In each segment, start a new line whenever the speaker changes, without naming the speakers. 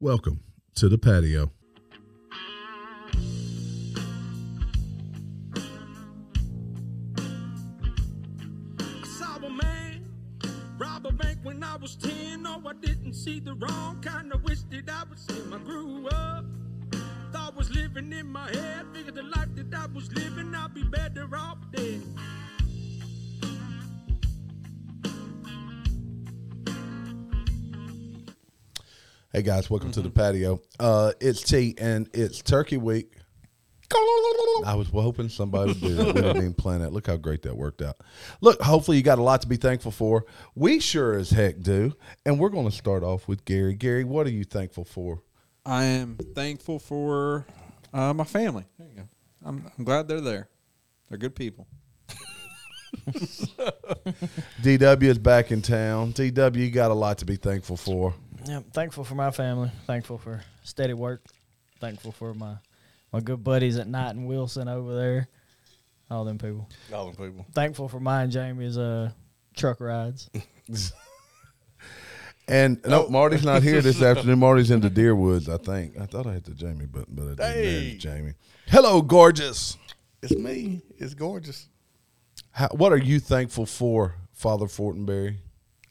Welcome to the patio.
I saw a man rob a bank when I was 10. No, I didn't see the wrong kind. I wish that I was him. I grew up, thought was living in my head. Figured the life that I was living, I'd be better off dead.
Hey guys, welcome to the patio. Uh, it's T and it's Turkey Week. I was hoping somebody would do that. We didn't even plan that. Look how great that worked out. Look, hopefully you got a lot to be thankful for. We sure as heck do. And we're going to start off with Gary. Gary, what are you thankful for?
I am thankful for uh, my family. There you go. I'm, I'm glad they're there. They're good people.
DW is back in town. DW, you got a lot to be thankful for.
Yeah, thankful for my family. Thankful for steady work. Thankful for my my good buddies at Knight and Wilson over there. All them people.
All them people.
Thankful for my and Jamie's uh truck rides.
And no, Marty's not here this afternoon. Marty's into Deerwoods, I think. I thought I had to Jamie, but but I didn't. There's
Hey.
Jamie. Hello, gorgeous.
It's me. It's gorgeous.
How, what are you thankful for, Father Fortenberry?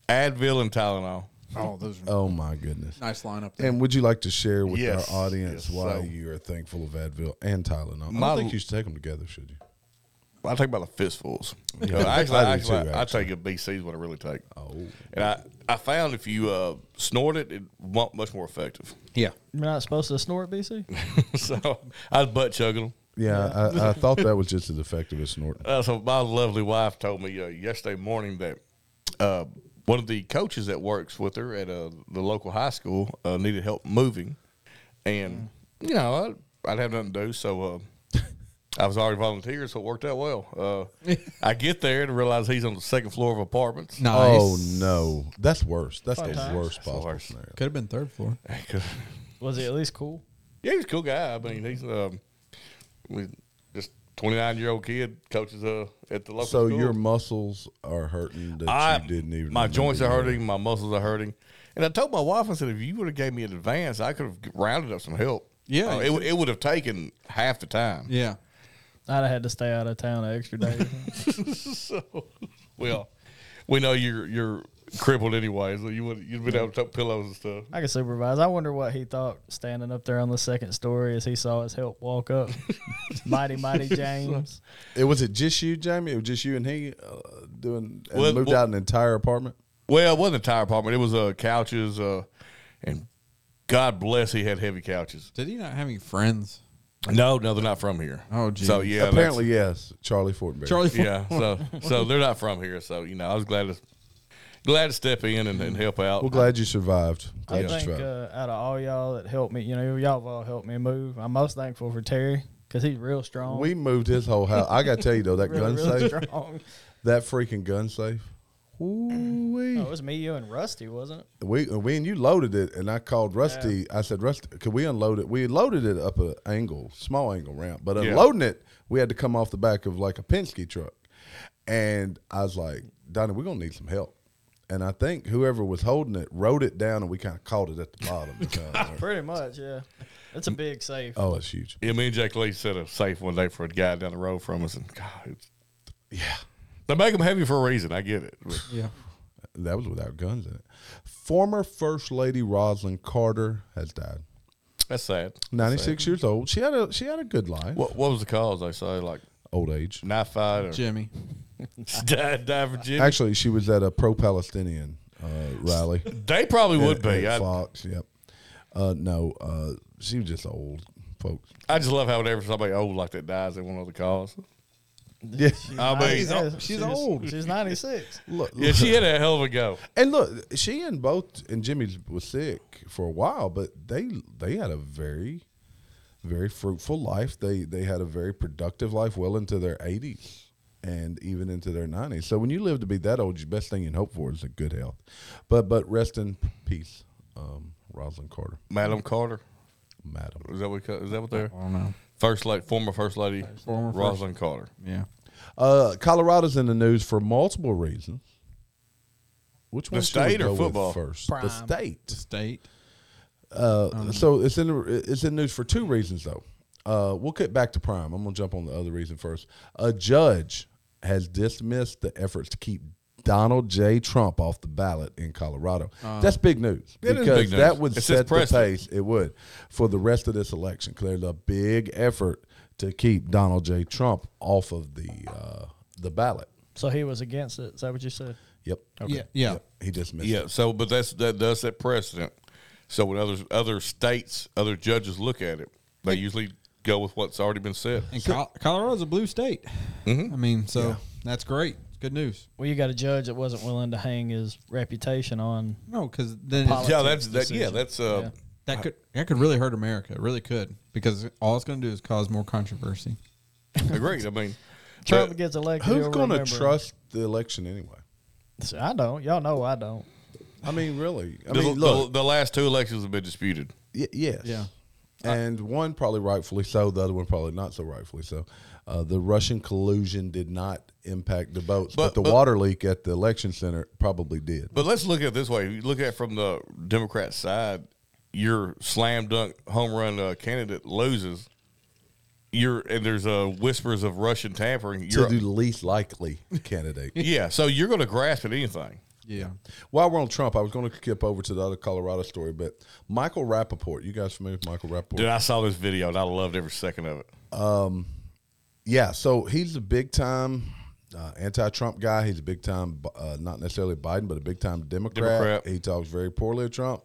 Advil and Tylenol.
Oh, those are
Oh my goodness!
nice lineup there.
And would you like to share with
Yes,
our audience
yes,
why
so-
you are thankful of Advil and Tylenol? I
My-
don't think you should take them together, should you?
I take about the fistfuls. You know,
Yeah,
actually,
I do
I, actually,
too,
I, I
actually.
take a BC is what I really take.
Oh.
And I, I found if you uh, snort it, it won't much more effective.
yeah.
You're not supposed to snort BC?
so I was butt chugging them.
Yeah, I, I thought that was just as effective as snorting.
Uh, so my lovely wife told me uh, yesterday morning that uh, one of the coaches that works with her at uh, the local high school uh, needed help moving, and you know I, I'd have nothing to do, so uh, I was already volunteering, so it worked out well. Uh, I get there and realize he's on the second floor of apartments.
Nice.
Oh no, that's worse. That's the
Sometimes.
worst possible
worst.
scenario.
Could have been third floor.
Was it at least cool?
Yeah, he's a cool guy. I mean, he's um, we- just twenty nine year old kid coaches uh at the local.
So
school.
your muscles are hurting that
I
you didn't even.
My
remember
joints
you
are
had.
hurting. My muscles are hurting. And I told my wife, I said, if you would have gave me an advance, I could have rounded up some help.
Yeah.
Uh, it, would- it would have taken half the time.
Yeah.
I'd have had to stay out of town an extra day.
So, well, we know you're you're crippled anyway, so you would you'd been able to take pillows and stuff.
I could supervise. I wonder what he thought standing up there on the second story as he saw his help walk up. mighty, mighty James.
It was it just you, Jamie? It was just you and he uh, doing and
Well,
moved
well-
out an entire apartment.
Well, it wasn't a tire apartment. It was uh, couches, uh, and God bless, he had heavy couches.
Did he not have any friends?
No, no, they're not from here.
Oh, geez.
so yeah, that's-
Apparently, yes. Charlie Fortenberry.
Charlie. Ford-
yeah. So, so they're not from here. So you know, I was glad to glad to step in and, and help out.
Well, glad you survived. Glad
I
you
think
survived.
uh, out of all y'all that helped me, you know, y'all have all helped me move. I'm most thankful for Terry because he's real strong.
we moved his whole house. I got to tell you though, that
really,
gun
really
safe,
strong.
that freaking gun safe.
No,
Ooh-wee.
Oh, it was me, you, and Rusty, wasn't it?
We we and you loaded it, and I called Rusty. I said, Rusty, could we unload it? We loaded it up a angle, small angle ramp, but
Yeah.
unloading it, we had to come off the back of like a Penske truck, and I was like, Donnie, we're gonna need some help. And I think whoever was holding it wrote it down, and we kind of caught it at the bottom.
Pretty much, yeah. It's a big safe.
oh, it's huge.
Yeah, me and Jake Lee set a safe one day for a guy down the road from us, and God, it's,
Yeah.
they make them heavy for a reason. I get it. But
Yeah.
That was without guns in it. Former First Lady Rosalind Carter has died.
that's sad.
Ninety six years old. She had a she had a good life.
What what was the cause? They say like
Old age.
knife fight or
Jimmy.
die, die for Jimmy.
Actually, she was at a pro Palestinian uh, rally.
they probably would
At-
be.
at
I,
Fox. Yep. Uh, no, uh, she was just old folks.
I just love how whenever somebody old like that dies, they want other cause.
Yeah.
I mean- She's
Yeah,
old.
she
She's
was-
old.
She's 96.
Look,
Yeah, she had a hell of a go.
and look, she and both and Jimmy was sick for a while, but they they had a very very fruitful life. They they had a very productive life well into their 80s and even into their 90s. So when you live to be that old, the best thing you can hope for is a good health. But but rest in peace, um, Rosalind Carter,
Madam Carter,
madam.
is that what co- is that what they're
I don't know.
Uh-huh. first lady, former first lady,
Former first-
Rosalind Carter.
Yeah.
Uh, Colorado's in the news for multiple reasons. Which
The
one should we
state or
go with
football?
first? The
Prime.
state.
State.
Um,
Uh, so it's in the, it's in news for two reasons though. Uh, we'll get back to prime. I'm gonna jump on the other reason first. A judge has dismissed the efforts to keep Donald J. Trump off the ballot in Colorado. That's big news
It Uh, is
because
big news.
that would
It sets
set the
precedent.
pace. It would for the rest of this election. Clearly, a big effort to keep Donald J. Trump off of the uh, the ballot.
So he was against it. Is that what you said?
Yep.
Yeah, yeah.
Yep. He dismissed. it.
Yeah. So, but that's that does set precedent. So when others other states, other judges look at it, they usually go with what's already been said.
And Col- Colorado's a blue state. I mean, so that's great. It's good news.
Well, you got a judge that wasn't willing to hang his reputation on.
No, because then it's-
Poli-
Yeah, that's that. Yeah, that's
Oh,
uh,
that could that could really hurt America. It really could because all it's going to do is cause more controversy.
agreed. I mean,
Trump
but-
gets elected.
Who's
he'll
going to
remember him.
trust the election anyway?
So I don't. Y'all know I don't.
I mean, really. I
the,
mean,
the-
look.
the last two elections have been disputed.
Y- yes.
Yeah.
And one probably rightfully so. The other one probably not so rightfully so. Uh, the Russian collusion did not impact the votes, but,
But-
the
but-
water leak at the election center probably did.
But let's look at it this way. If you look at it from the Democrat side, your slam dunk home run uh, candidate loses. You're and there's uh, whispers of Russian tampering.
To
You're,
the least likely candidate.
yeah, so you're going to grasp at anything.
Yeah,
While we're on Trump, I was going to skip over to the other Colorado story, but Michael Rappaport, you guys familiar with Michael Rappaport?
Dude, I saw this video and I loved every second of it.
Yeah, so he's a big time uh, anti-Trump guy. He's a big time, uh, not necessarily Biden, but a big time Democrat.
Democrat.
He talks very poorly of Trump,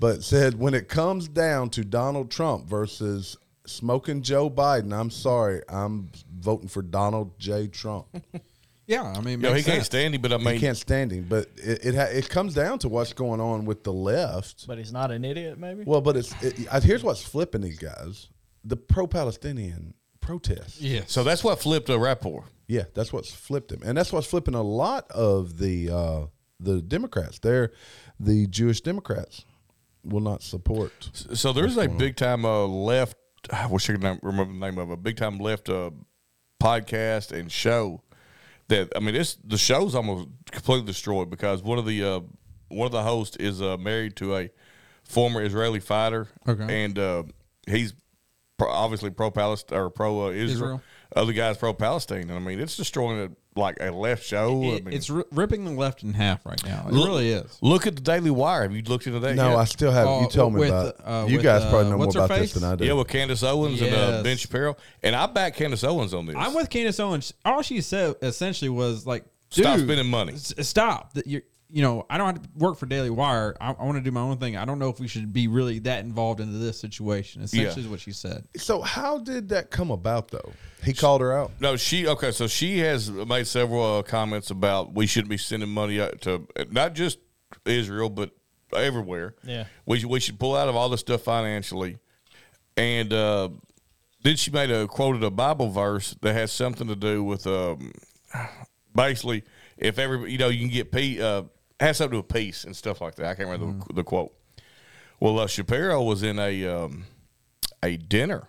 but said when it comes down to Donald Trump versus smoking Joe Biden, I'm sorry, I'm voting for Donald J. Trump.
yeah. I mean, it
No, he
makes
can't
sense.
stand it, but I
I
mean,
can't stand him, but it it, ha- it comes down to what's going on with the left.
But he's not an idiot, maybe.
Well, but it's it, I, here's what's flipping these guys: the pro-Palestinian protests.
Yeah.
so that's what flipped a rapport.
Yeah, that's what's flipped him, and that's what's flipping a lot of the uh, the Democrats. They're the Jewish Democrats will not support.
So there's a big time uh, left. I wish I could not remember the name of it, a big time left uh, podcast and show. That I mean, it's the show's almost completely destroyed because one of the uh, one of the hosts is uh, married to a former Israeli fighter,
Okay.
and uh, he's pro- obviously pro Palestine or pro uh, Israel.
Israel.
Other guys pro Palestine, and I mean, it's destroying a, like a left show. I
It-
mean,
it's ri- ripping the left in half right now. It
Look-
really is.
Look at the Daily Wire. Have you looked into that?
No,
yet?
I still have.
Uh,
you told me
with,
about. it.
uh,
you
with,
guys
uh,
probably know more
what's her
about this
face?
than I do.
Yeah, with Candace Owens and uh,
Yes.
Ben Shapiro, and I back Candace Owens on this.
I'm with Candace Owens. All she said essentially was like,
Stop
dude,
spending money.
s- stop. That you you know, I don't have to work for Daily Wire. I, I want to do my own thing. I don't know if we should be really that involved into this situation. Essentially, is
Yeah.
what she said.
so how did that come about, though? He called her out.
No, she okay. So she has made several uh, comments about we shouldn't be sending money out to not just Israel but everywhere.
Yeah.
we should- we should pull out of all this stuff financially, and uh, then she made a quoted a Bible verse that has something to do with um, basically if every you know you can get pe uh, has something to do with peace and stuff like that. I can't remember the, the quote. Well, uh, Shapiro was in a um, a dinner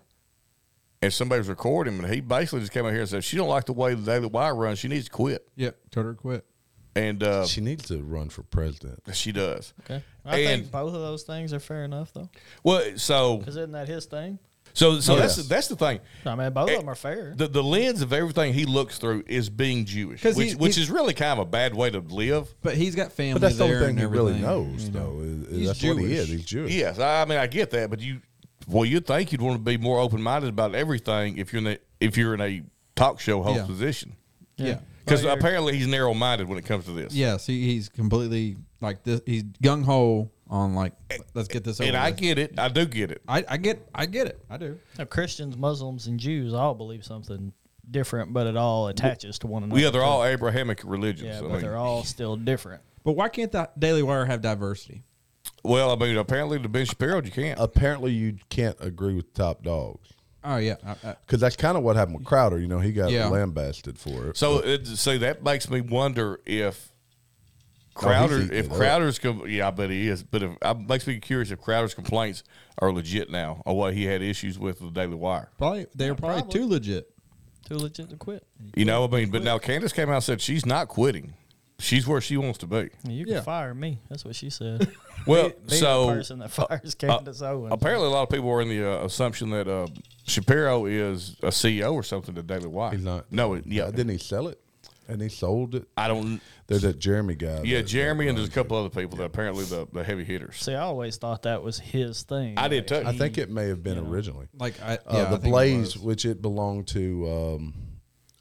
and somebody was recording him, and he basically just came out here and said, "She don't like the way the Daily Wire runs. She needs to quit."
Yep, told her to quit.
And uh, she,
She needs to run for president.
does.
okay. I
And
think both of those things are fair enough, though.
well, so
Because isn't that his thing?
so so
Yes.
that's that's the thing.
I mean, both
Eh,
of them are fair.
The the lens of everything he looks through is being Jewish,
'Cause
which
he's-
which
he's-
is really kind of a bad way to live.
But he's got family.
But that's the
there
only thing
and
he really
everything,
knows,
you know.
though. is- is
He's
that's what he
Jewish.
is. He's
Hmm.
Jewish.
Yes, I I mean I get that, but you well you'd think you'd want to be more open minded about everything if you're in a, if you're in a talk show host
Yeah.
position
Yeah.
because
Well, you're-
apparently he's narrow minded when it comes to this.
Yes, he, he's completely like this. He's gung ho on like, let's get this over.
and I
with.
get it. I do get it.
I, I get, I get it. I do.
Now, Christians, Muslims, and Jews all believe something different, but it all attaches to one another.
Yeah, they're all Abrahamic religions.
Yeah,
I
but
mean-
they're all still different.
But why can't the Daily Wire have diversity?
Well, I mean, apparently the Ben Shapiro, you
Oh.
can't.
Apparently, you can't agree with top dogs
Oh yeah, I, I,
because that's kind of what happened with Crowder. You know, he got
Yeah.
lambasted for it.
so, it, so that makes me wonder if Crowder,
Oh, eating
if
it up.
Crowder's, com- yeah, I bet he is. But if, it makes me curious if Crowder's complaints are legit now, or what he had issues with the Daily Wire.
probably they're probably,
probably.
too legit.
Too legit to quit.
You know, I mean, but now Candace came out and said she's not quitting. She's where she wants to be.
You can
Yeah.
fire me. That's what she said. uh,
Well,
Be- be
so
the person that fires Candace Owens.
apparently a lot of people were in the uh, assumption that uh, Shapiro is a CEO or something to David White.
He's not.
No, it- yeah,
Uh, Didn't he sell it? And he sold it.
I don't.
There's that Jeremy guy.
Yeah,
that-
Jeremy and there's a couple other people that apparently the, the heavy hitters.
See, I always thought that was his thing.
I did too.
I think it may have been originally.
Like
Uh,
I, yeah, I
the
think it
Blaze,
was.
which it belonged to. Um,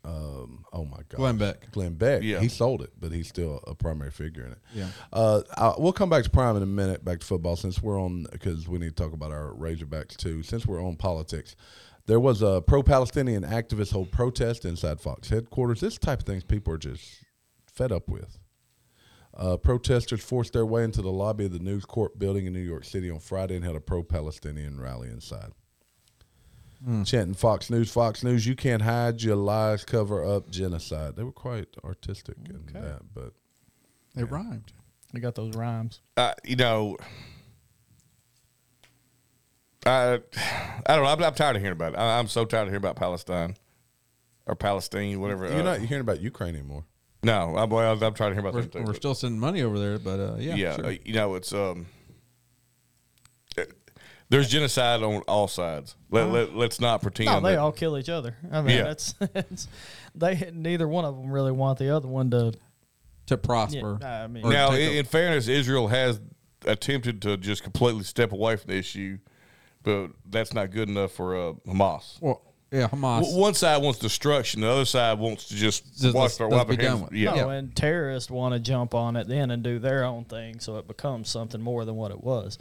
um, oh my God,
Glenn Beck.
Glenn Beck.
Yeah.
he sold it, but he's still a primary figure in it.
Yeah.
Uh, I, we'll come back to prime in a minute. Back to football, since we're on because we need to talk about our Razorbacks too. Since we're on politics, there was a pro-Palestinian activist hold protest inside Fox headquarters. This type of things people are just fed up with. Uh, protesters forced their way into the lobby of the News Court building in New York City on Friday and held a pro-Palestinian rally inside chanting Fox News, Fox News, you can't hide your lies, cover up genocide. They were quite artistic in that, but
It rhymed.
You got those rhymes.
Uh, you know, I I don't know. I'm, I'm tired of hearing about it. I, I'm so tired of hearing about Palestine or Palestine, whatever.
you're
uh,
not hearing about Ukraine anymore.
No, I'm, well, I'm trying to hear about
We're,
them too,
we're
but-
still sending money over there, but uh, yeah,
yeah,
sure.
uh, you know it's um it- there's genocide on all sides let, let, let's not pretend
No, they
that-
all kill each other. I mean,
Yeah.
that's, that's they neither one of them really want the other one to.
to prosper.
Yeah, I mean-
or
now
take
in,
a-
in fairness israel has attempted to just completely step away from the issue but that's not good enough for uh, hamas
well, yeah, Hamas.
W- one side wants destruction the other side wants to just,
Just
wash
let's-
their,
let's
wipe their
be done
hands
with it.
yeah
No,
Yeah.
Oh, and terrorists want to jump on it then and do their own thing, so it becomes something more than what it was.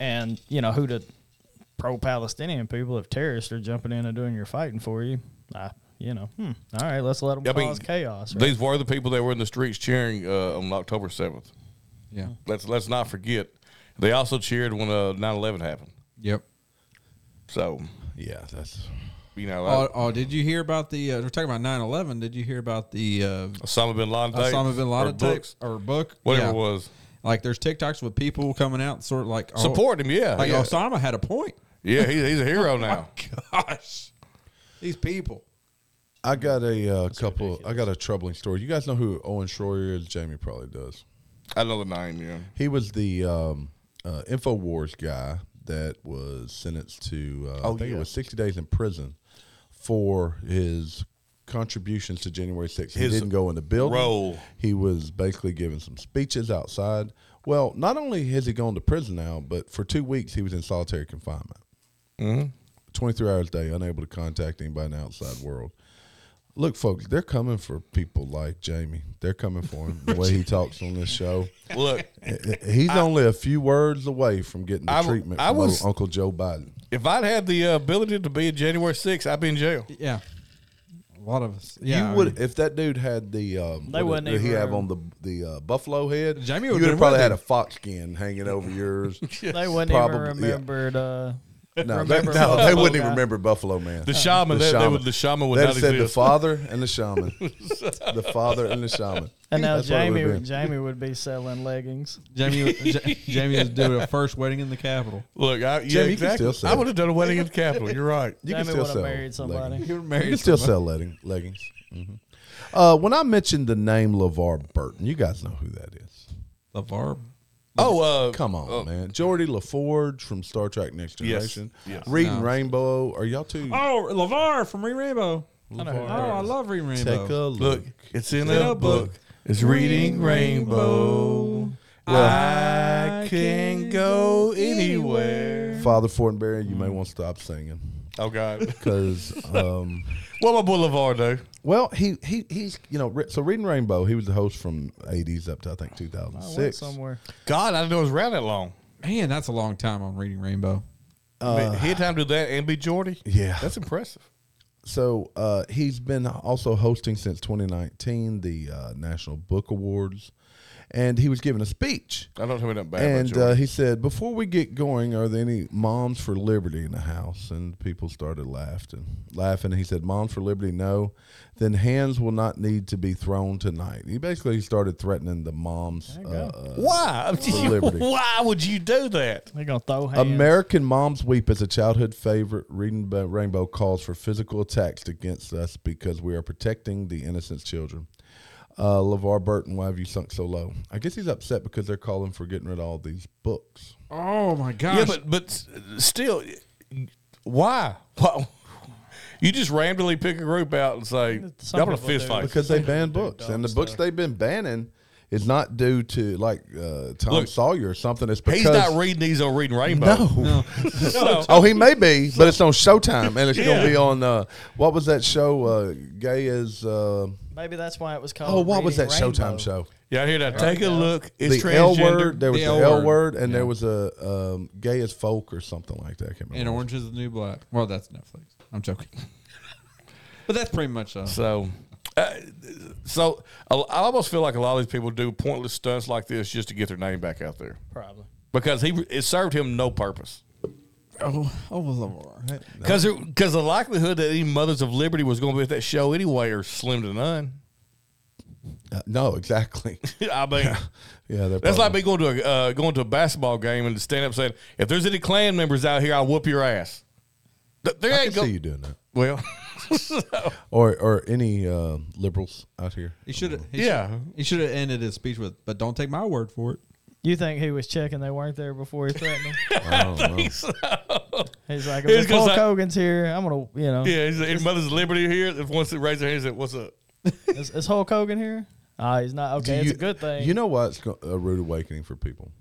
And you know who the pro-Palestinian people, if terrorists are jumping in and doing your fighting for you, I, you know, hmm, all right, let's let them
I mean,
cause chaos. Right?
these were the people that were in the streets cheering uh, on october 7th
yeah.
let's let's not forget they also cheered when uh, 9-11 happened
Yep.
so
Yeah, that's
you know I-
Oh, oh, did you hear about the? Uh, we're talking about 9-11. Did you hear about the uh,
Osama bin Laden tapes
Osama bin
or
Laden
books,
books or book?
whatever
Yeah.
it was.
Like, there's TikToks with people coming out, sort of like oh,
Support him, yeah,
Like
yeah.
Osama had a point.
Yeah, he's, he's a hero now.
Gosh, these people.
I got a uh, couple. I got a troubling story. You guys know who Owen Schroyer is? Jamie probably does.
I know the name, yeah.
He was the um, uh, Infowars guy that was sentenced to.
Oh,
Uh, I think it was sixty days in prison for his contributions to January 6th. He
His
didn't go in the building.
role.
He was basically giving some speeches outside. Well, not only has he gone to prison now, but for two weeks he was in solitary confinement. Mm-hmm. 23 hours a day, unable to contact anybody in the outside world. Look, folks, they're coming for people like Jamie. They're coming for him. The way he talks on this show,
Look,
he's only a few words away from getting the
I-
treatment
I
from
was-
Uncle Joe Biden.
if I'd had the uh, ability to be in January 6th, I'd be in jail.
Yeah, a lot of us. Yeah, I
you would
mean,
if that dude had the um,
They
what
wouldn't
did he
even-
have on the the uh, buffalo head.
Jamie
you
would've
would have
been
probably
with
had a
him.
fox skin hanging over yours.
they wouldn't
probably-
even
yeah.
remembered. Uh,
No, they,
remember
no, they
Buffalo
wouldn't even
guy.
remember Buffalo Man.
The shaman,
The
that, They
shaman.
would, the shaman would
They'd
not
have said the
exist.
father and the shaman, the father and the shaman.
And now
That's what it
Jamie,
would've been.
Jamie would be selling leggings.
Jamie, J- Jamie was doing a first wedding in the Capitol.
Look, I, yeah,
Jim, you can
exactly.
still say
I
it.
would have done a wedding in the Capitol. You're right.
You
Jamie would have married
leggings.
somebody.
You were
You
married.
can still sell legging, leggings. Mhm. Uh, when I mentioned the name LeVar Burton, you guys know who that is.
LeVar.
Oh, uh,
Come on, man. Geordie LaForge from Star Trek Next
Yes,
Generation.
yes.
Reading
No.
Rainbow. Are y'all too?
Oh, LeVar from Re Rainbow. Oh,
know who that
I love Re
Take a
Rainbow.
look,
look.
it's in a, book. It's reading rainbow. I can go anywhere.
Father Fortenberry, you may want to stop singing
Oh, God.
because, um,
what my boulevard, though?
well, he, he he's you know re- so reading Rainbow. He was the host from '80s up to I think
I
2006.
went somewhere.
God, I didn't know it was around that long.
Man, that's a long time on Reading Rainbow.
Uh, I mean, he had time to do that and be Jordy.
Yeah.
that's impressive.
So uh, he's been also hosting since 2019 the uh, National Book Awards, and he was giving a speech.
I don't tell me nothing bad about
And
Jordy.
uh, he said, "Before we get going, are there any moms for liberty in the house?" And people started laughing, laughing. He said, "Moms for liberty, no. Then hands will not need to be thrown tonight." He basically started threatening the moms. Uh, uh,
why? I mean,
liberty.
why would you do that?
They're gonna throw hands.
American Moms Weep is a childhood favorite. Reading Ba- Rainbow calls for physical attacks against us because we are protecting the innocent children. Uh, LeVar Burton, why have you sunk so low? I guess he's upset because they're calling for getting rid of all these books.
Oh my gosh!
Yeah, but but s- still, why? Why? You just randomly pick a group out and say,
Some
"Y'all want to
people do.
fist fight?"
Because they banned books,
dumb
and the books
stuff.
they've been banning is not due to like uh, Tom
Look,
Sawyer or something. It's because
He's not reading these on Reading Rainbow.
no. oh, he may be, but it's on Showtime, and it's gonna
Yeah.
be on uh, what was that show? Uh, gay as uh,
Maybe that's why it was called.
oh, what was that
Reading Rainbow.
Showtime show?
Y'all hear that? Take a look. It's
the L
transgender.
word. There was the, L word,
word.
and there was a um, gay as folk or something like that. I can't remember.
and Orange is the New Black. Well, that's Netflix. I'm joking. but that's pretty much uh,
So, uh, so I I almost feel like a lot of these people do pointless stunts like this just to get their name back out there
Probably.
because he it served him no purpose.
oh oh Lamar.
Because because the likelihood that any mothers of liberty was going to be at that show anyway are slim to none.
Uh, no, exactly.
I mean.
Yeah, they're
That's
probably-
like me going to a uh, going to a basketball game and stand up saying, "If there's any Klan members out here, I'll whoop your ass." Th- There
I can
ain't go-
see you doing that,
well,
or or any uh, liberals out here.
He should have.
yeah.
He should have ended his speech with, "But don't take my word for it."
You think he was checking they weren't there before he threatened them? He's like,
It's
if
'cause
Hulk
I-
Hogan's here, I'm gonna, you know,
Yeah, he's any mothers of liberty here? If once they raise their hands, and what's up?
is, is Hulk Hogan here? Ah, he's not.
Do
Okay,
you-
it's a good thing.
You know why it's go- a rude awakening for people?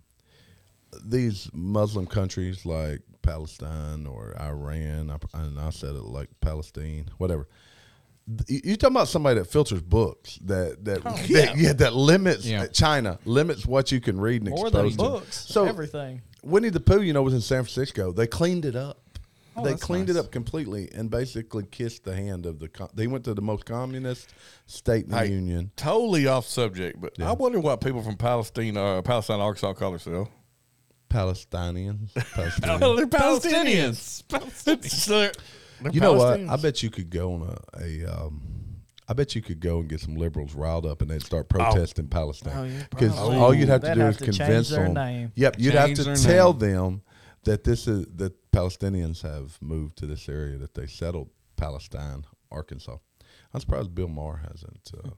These Muslim countries like Palestine or Iran, I- and I said it like Palestine, whatever. You- You're talking about somebody that filters books that that
Oh,
that- yeah.
yeah.
that limits
Yeah.
China limits what you can read and
more than
expose to.
books,
So
everything.
Winnie the Pooh, you know, was in San Francisco. They cleaned it up.
Oh,
they
that's
cleaned it
nice.
up completely and basically kissed the hand of the. Com- they went to the most communist state in the
Hey,
union.
Totally off subject, but I wonder what people from Palestine, uh, Palestine, Arkansas, call themselves.
Palestinians. Palestinians.
they're So they're, they're
You know what?
Palestinians.
I bet you could go on a, a um, I bet you could go and get some liberals riled up and they'd start protesting
Oh,
Palestine
yeah,
because
probably.
all you'd have to
They'd
do
have
is
to change
convince
their
them.
name.
Yep, you'd have
Change
to
their
tell
name.
them that this is that Palestinians have moved to this area that they settled Palestine, Arkansas. I'm surprised Bill Maher hasn't uh,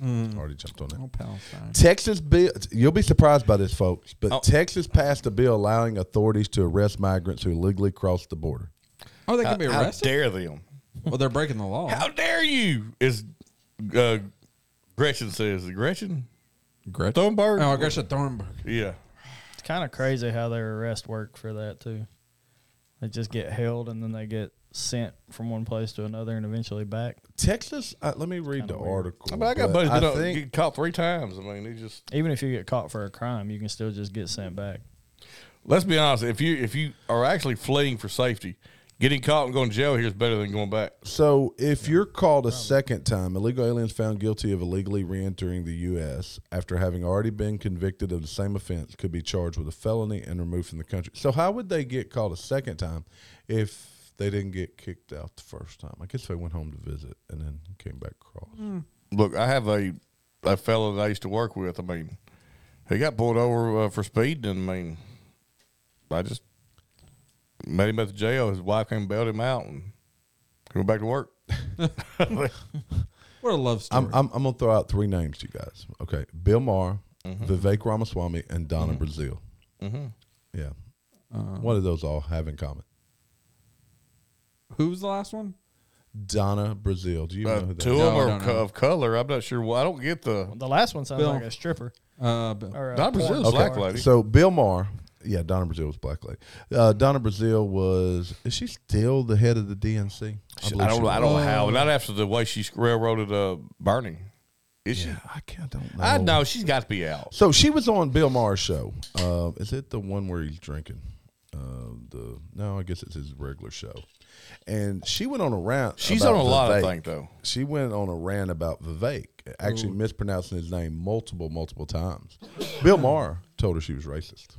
already jumped on that.
Oh Palestine.
Texas bill. You'll be surprised by this, folks, but
Oh.
Texas passed a bill allowing authorities to arrest migrants who illegally crossed the border.
Oh, they can be
How
arrested.
dare them?
Well, they're breaking the law.
How dare you? Is uh, Gretchen says Gretchen
Gretchen.
Thunberg?
Oh, Gretchen Thornburg.
Yeah.
It's kind of crazy how their arrest worked for that too. They just get held and then they get sent from one place to another and eventually back.
Texas. Uh, let me read
Kinda
the
weird.
article.
I mean, I got
Oh, but
buddies that
I
don't
think
get caught three times. I mean, they just
Even if you get caught for a crime, you can still just get sent back.
let's be honest. If you if you are actually fleeing for safety, getting caught and going to jail here is better than going back.
so. If you're called a second time, illegal aliens found guilty of illegally re-entering the U.S. after having already been convicted of the same offense could be charged with a felony and removed from the country. So how would they get called a second time if they didn't get kicked out the first time? I guess they went home to visit and then came back across.
Look, I have a a fellow that I used to work with. I mean, he got pulled over uh, for speeding. and I mean, I just met him at the jail. His wife came and bailed him out, and he went back to work.
What a love story.
I'm, I'm, I'm gonna throw out three names to you guys. Okay, Bill Maher,
Mm-hmm.
Vivek Ramaswamy, and Donna Brazile. Yeah,
Uh-huh.
Uh,
what do those all have in common?
Who was the last one?
Donna Brazile. Do you
Uh,
know who that
two
is?
of them
No,
are
no, no.
co- of color. I'm not sure. why I don't get the.
The last one sounds
Bill.
like a stripper.
Uh, Bill.
Or a
Don
porn
Brazile's
star.
black lady.
So Bill Maher, yeah, Donna Brazile was black lady. Uh, Donna Brazile was. Is she still the head of the DNC?
I,
believe
don't.
she
I
was.
don't know how. Not after the way she railroaded uh, Bernie. Is she?
Yeah, Oh. I can't. Don't know.
I know she's got to be out.
So she was on Bill Maher's show. Uh, is it the one where he's drinking? Uh, the no, I guess it's his regular show. And she went on a rant.
She's
about
on a lot of
Vivek.
things though.
She went on a rant about Vivek, actually mispronouncing his name multiple, multiple times. Bill Maher told her she was racist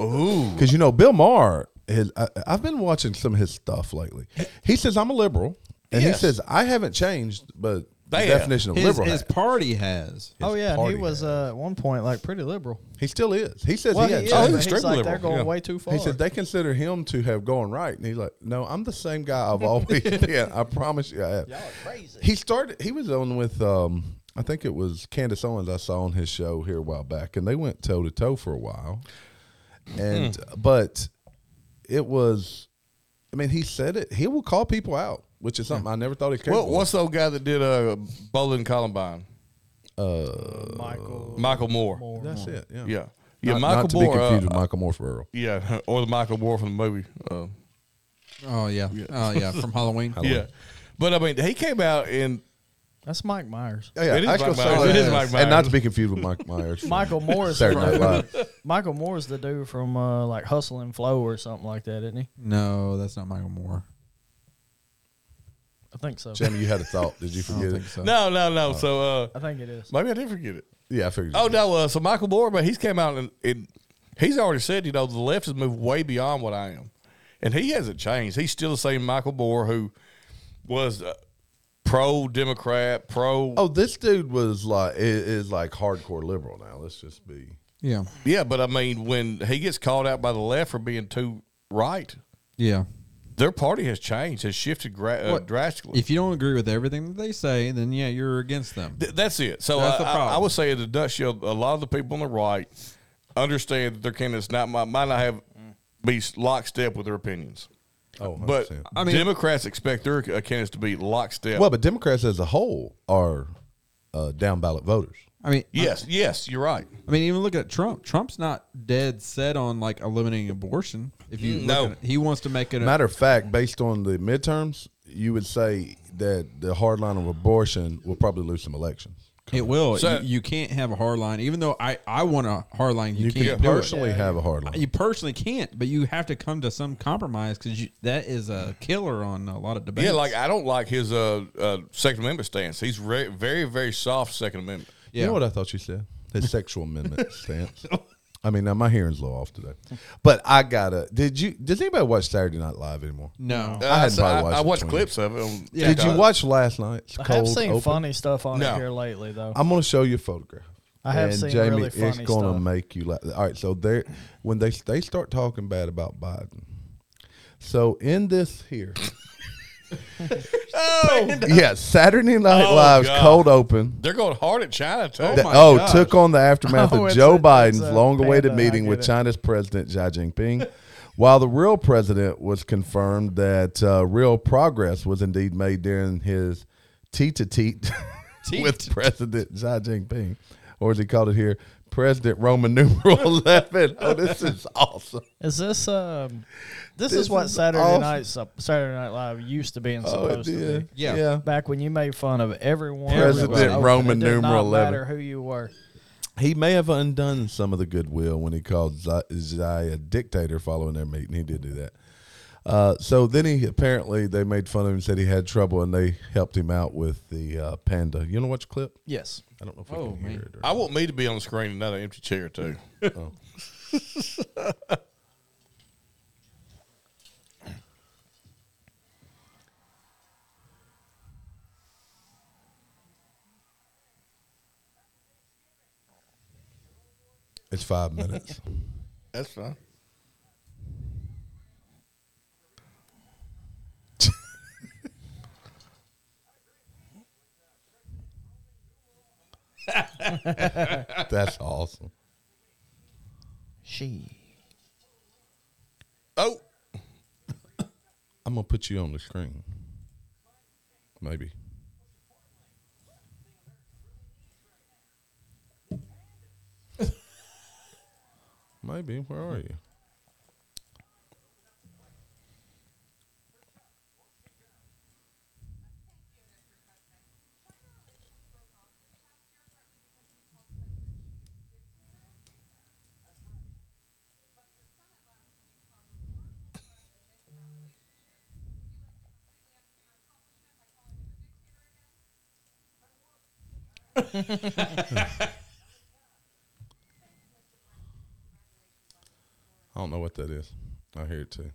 Ooh,
because you know Bill Maher. Has, I, I've been watching some of his stuff lately. He says I'm a liberal, and
Yes.
he says I haven't changed, but the
They have.
definition of
His,
liberal.
his
has.
party has.
Oh
His
yeah, and he
party
was
had.
uh, at one point like pretty liberal.
he still is. He says
Well,
he,
he,
had
is,
Oh, he's
but
extreme
he's like they're
liberal,
going
yeah.
way too far.
He said they consider him to have gone right, and he's like, "No, I'm the same guy I've always been. I promise you, I have."
Y'all are crazy.
He started. He was on with um, I think it was Candace Owens I saw on his show here a while back, and they went toe to toe for a while. And but it was, I mean, he said it. He will call people out, which is something I never thought he cared.
What, what's the old guy that did uh, Bowling Columbine?
Uh, Michael
Michael Moore.
Moore.
That's it. Hmm. Yeah.
Yeah. Yeah,
Not-
Michael
not to
Moore.
be
uh,
confused with Michael Morfero.
yeah, or the Michael Moore from the movie. Uh,
Oh yeah. Oh yeah. From Halloween.
yeah. But I mean, he came out and
That's Mike Myers.
Oh, yeah,
It is
I
Mike
was gonna
Myers.
say
It is
that.
Mike Myers.
and not to be confused with Mike Myers. from
Michael Moore is
Saturday Night Live.
Michael Moore is the dude from uh, like Hustle and Flow or something like that, isn't he?
No, that's not Michael Moore.
I think so.
Jamie, you had a thought. Did you
I
forget
don't
it?
think so.
no, no, no. So uh,
I think it is.
maybe I did forget it.
Yeah, I figured. you
Oh
did.
no, uh, so Michael Moore, but he's came out and, and he's already said, you know, the left has moved way beyond what I am, and he hasn't changed. He's still the same Michael Moore who was uh, pro Democrat, pro
Oh, this dude was like i- is like hardcore liberal now. Let's just be.
Yeah.
yeah. But I mean, when he gets called out by the left for being too right,
Yeah.
their party has changed, has shifted gra- uh,
What-
drastically.
If you don't agree with everything that they say, then yeah, you're against them.
Th- that's it. So
That's
I,
the
I-
problem.
I, would say in a nutshell, a lot of the people on the right understand that their candidates not might, might not have be lockstep with their opinions.
Oh,
But
100%.
I mean-
Democrats expect their uh, candidates to be lockstep.
well, but Democrats as a whole are uh, down ballot voters.
I mean,
yes, yes, you're right.
I mean, even look at Trump. Trump's not dead set on like eliminating abortion. If you
No.
look at it, he wants to make it. A,
Matter of fact, based on the midterms, you would say that the hard line of abortion will probably lose some elections.
it will.
So-
you, you can't have a hard line, even though I I want a hard line. You,
You
can't
can
do it.
personally have a hard line.
You personally can't, but you have to come to some compromise because that is a killer on a lot of debates.
Yeah, like I don't like his uh, uh, Second Amendment stance. He's re- very, very soft Second Amendment.
yeah.
You know what I thought you said? His sexual amendment stance. I mean, now my hearing's a little off today, but I gotta. Did you? Does anybody watch Saturday Night Live anymore?
no,
Uh,
hadn't
so
probably watched
I, I
it
watched
20
clips of Uh, it. on
Yeah.
Did you
TikTok.
watch last night's
I
cold
have seen
open?
funny stuff on
No.
it here lately, though.
I'm gonna show you a photograph.
I have
and
seen
Jamie,
really
It's
funny
gonna
stuff.
make you laugh. All right, so there, when they they start talking bad about Biden. So in this here,
Oh,
yeah, Saturday Night
Oh,
Live's
God.
cold open.
they're going hard at China too.
That-
my
oh,
gosh.
took on the aftermath
Oh,
of
it's
Joe
a- it's
Biden's
a
long-awaited
panda, I
meeting
get
with
it.
China's President Xi Jinping. While the real president was confirmed that uh, real progress was indeed made during his teet to teet with President Xi Jinping, or as he called it here, President Roman numeral 11. Oh, this is awesome.
Is this um? This,
This
is what
is
Saturday
awful.
Night Saturday Night Live used to be and
Oh, it
supposed to be.
did.
Yeah.
Back when you made fun of everyone,
President
everybody.
Roman
it did
numeral
not
11.
matter who you were.
He may have undone some of the goodwill when he called Xi Xi a dictator following their meeting. He did do that. Uh, so then he apparently they made fun of him, said he had trouble, and they helped him out with the uh, panda. You know what clip?
Yes,
I don't know if we
Oh,
can
man.
hear it. Or
I want me to be on the screen and not an empty chair too.
it's five minutes.
That's fine.
That's awesome.
she.
Oh,
I'm gonna put you on the screen. Maybe. Maybe. Where are you? I don't know what that is. I hear it too.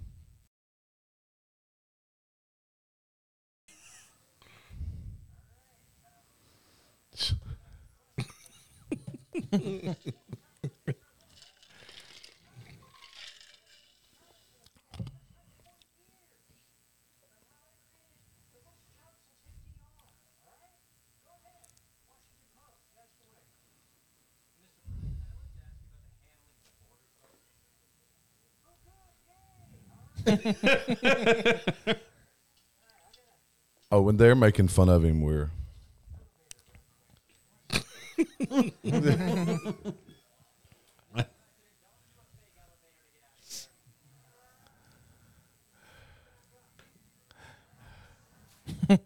Oh, when they're making fun of him, we're
A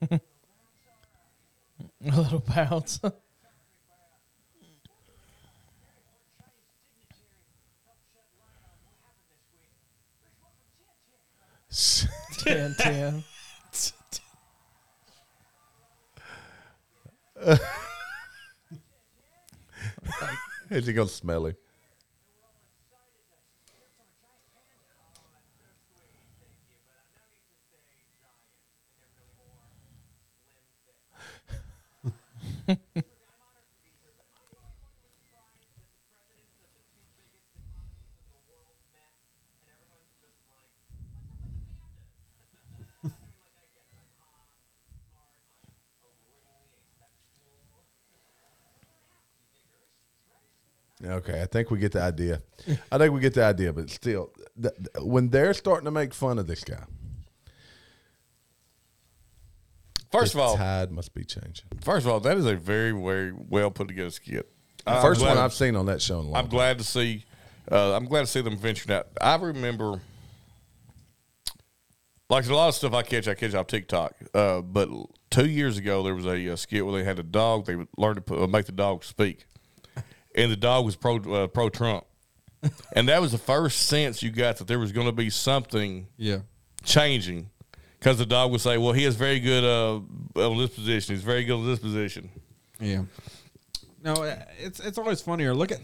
little bounce. ten ten.
is he gonna smell him? Okay, I think we get the idea. I think we get the idea, but still, th- th- when they're starting to make fun of this guy,
First of
the
all,
tide must be changing.
first of all, that is a very, very well put together skit. I'm
First
glad-
one I've seen on that show. In a long
I'm glad to see. Uh, I'm glad to see them venturing out. I remember, like a lot of stuff I catch, I catch off TikTok. Uh, but two years ago, there was a, uh skit where they had a dog. They would learn to put, uh, make the dog speak, and the dog was pro uh, pro Trump, and that was the first sense you got that there was going to be something
Yeah.
changing because the dog would say, "Well, he is very good uh, on this position. He's very good on this position."
Yeah. No, uh, it's it's always funnier. Look at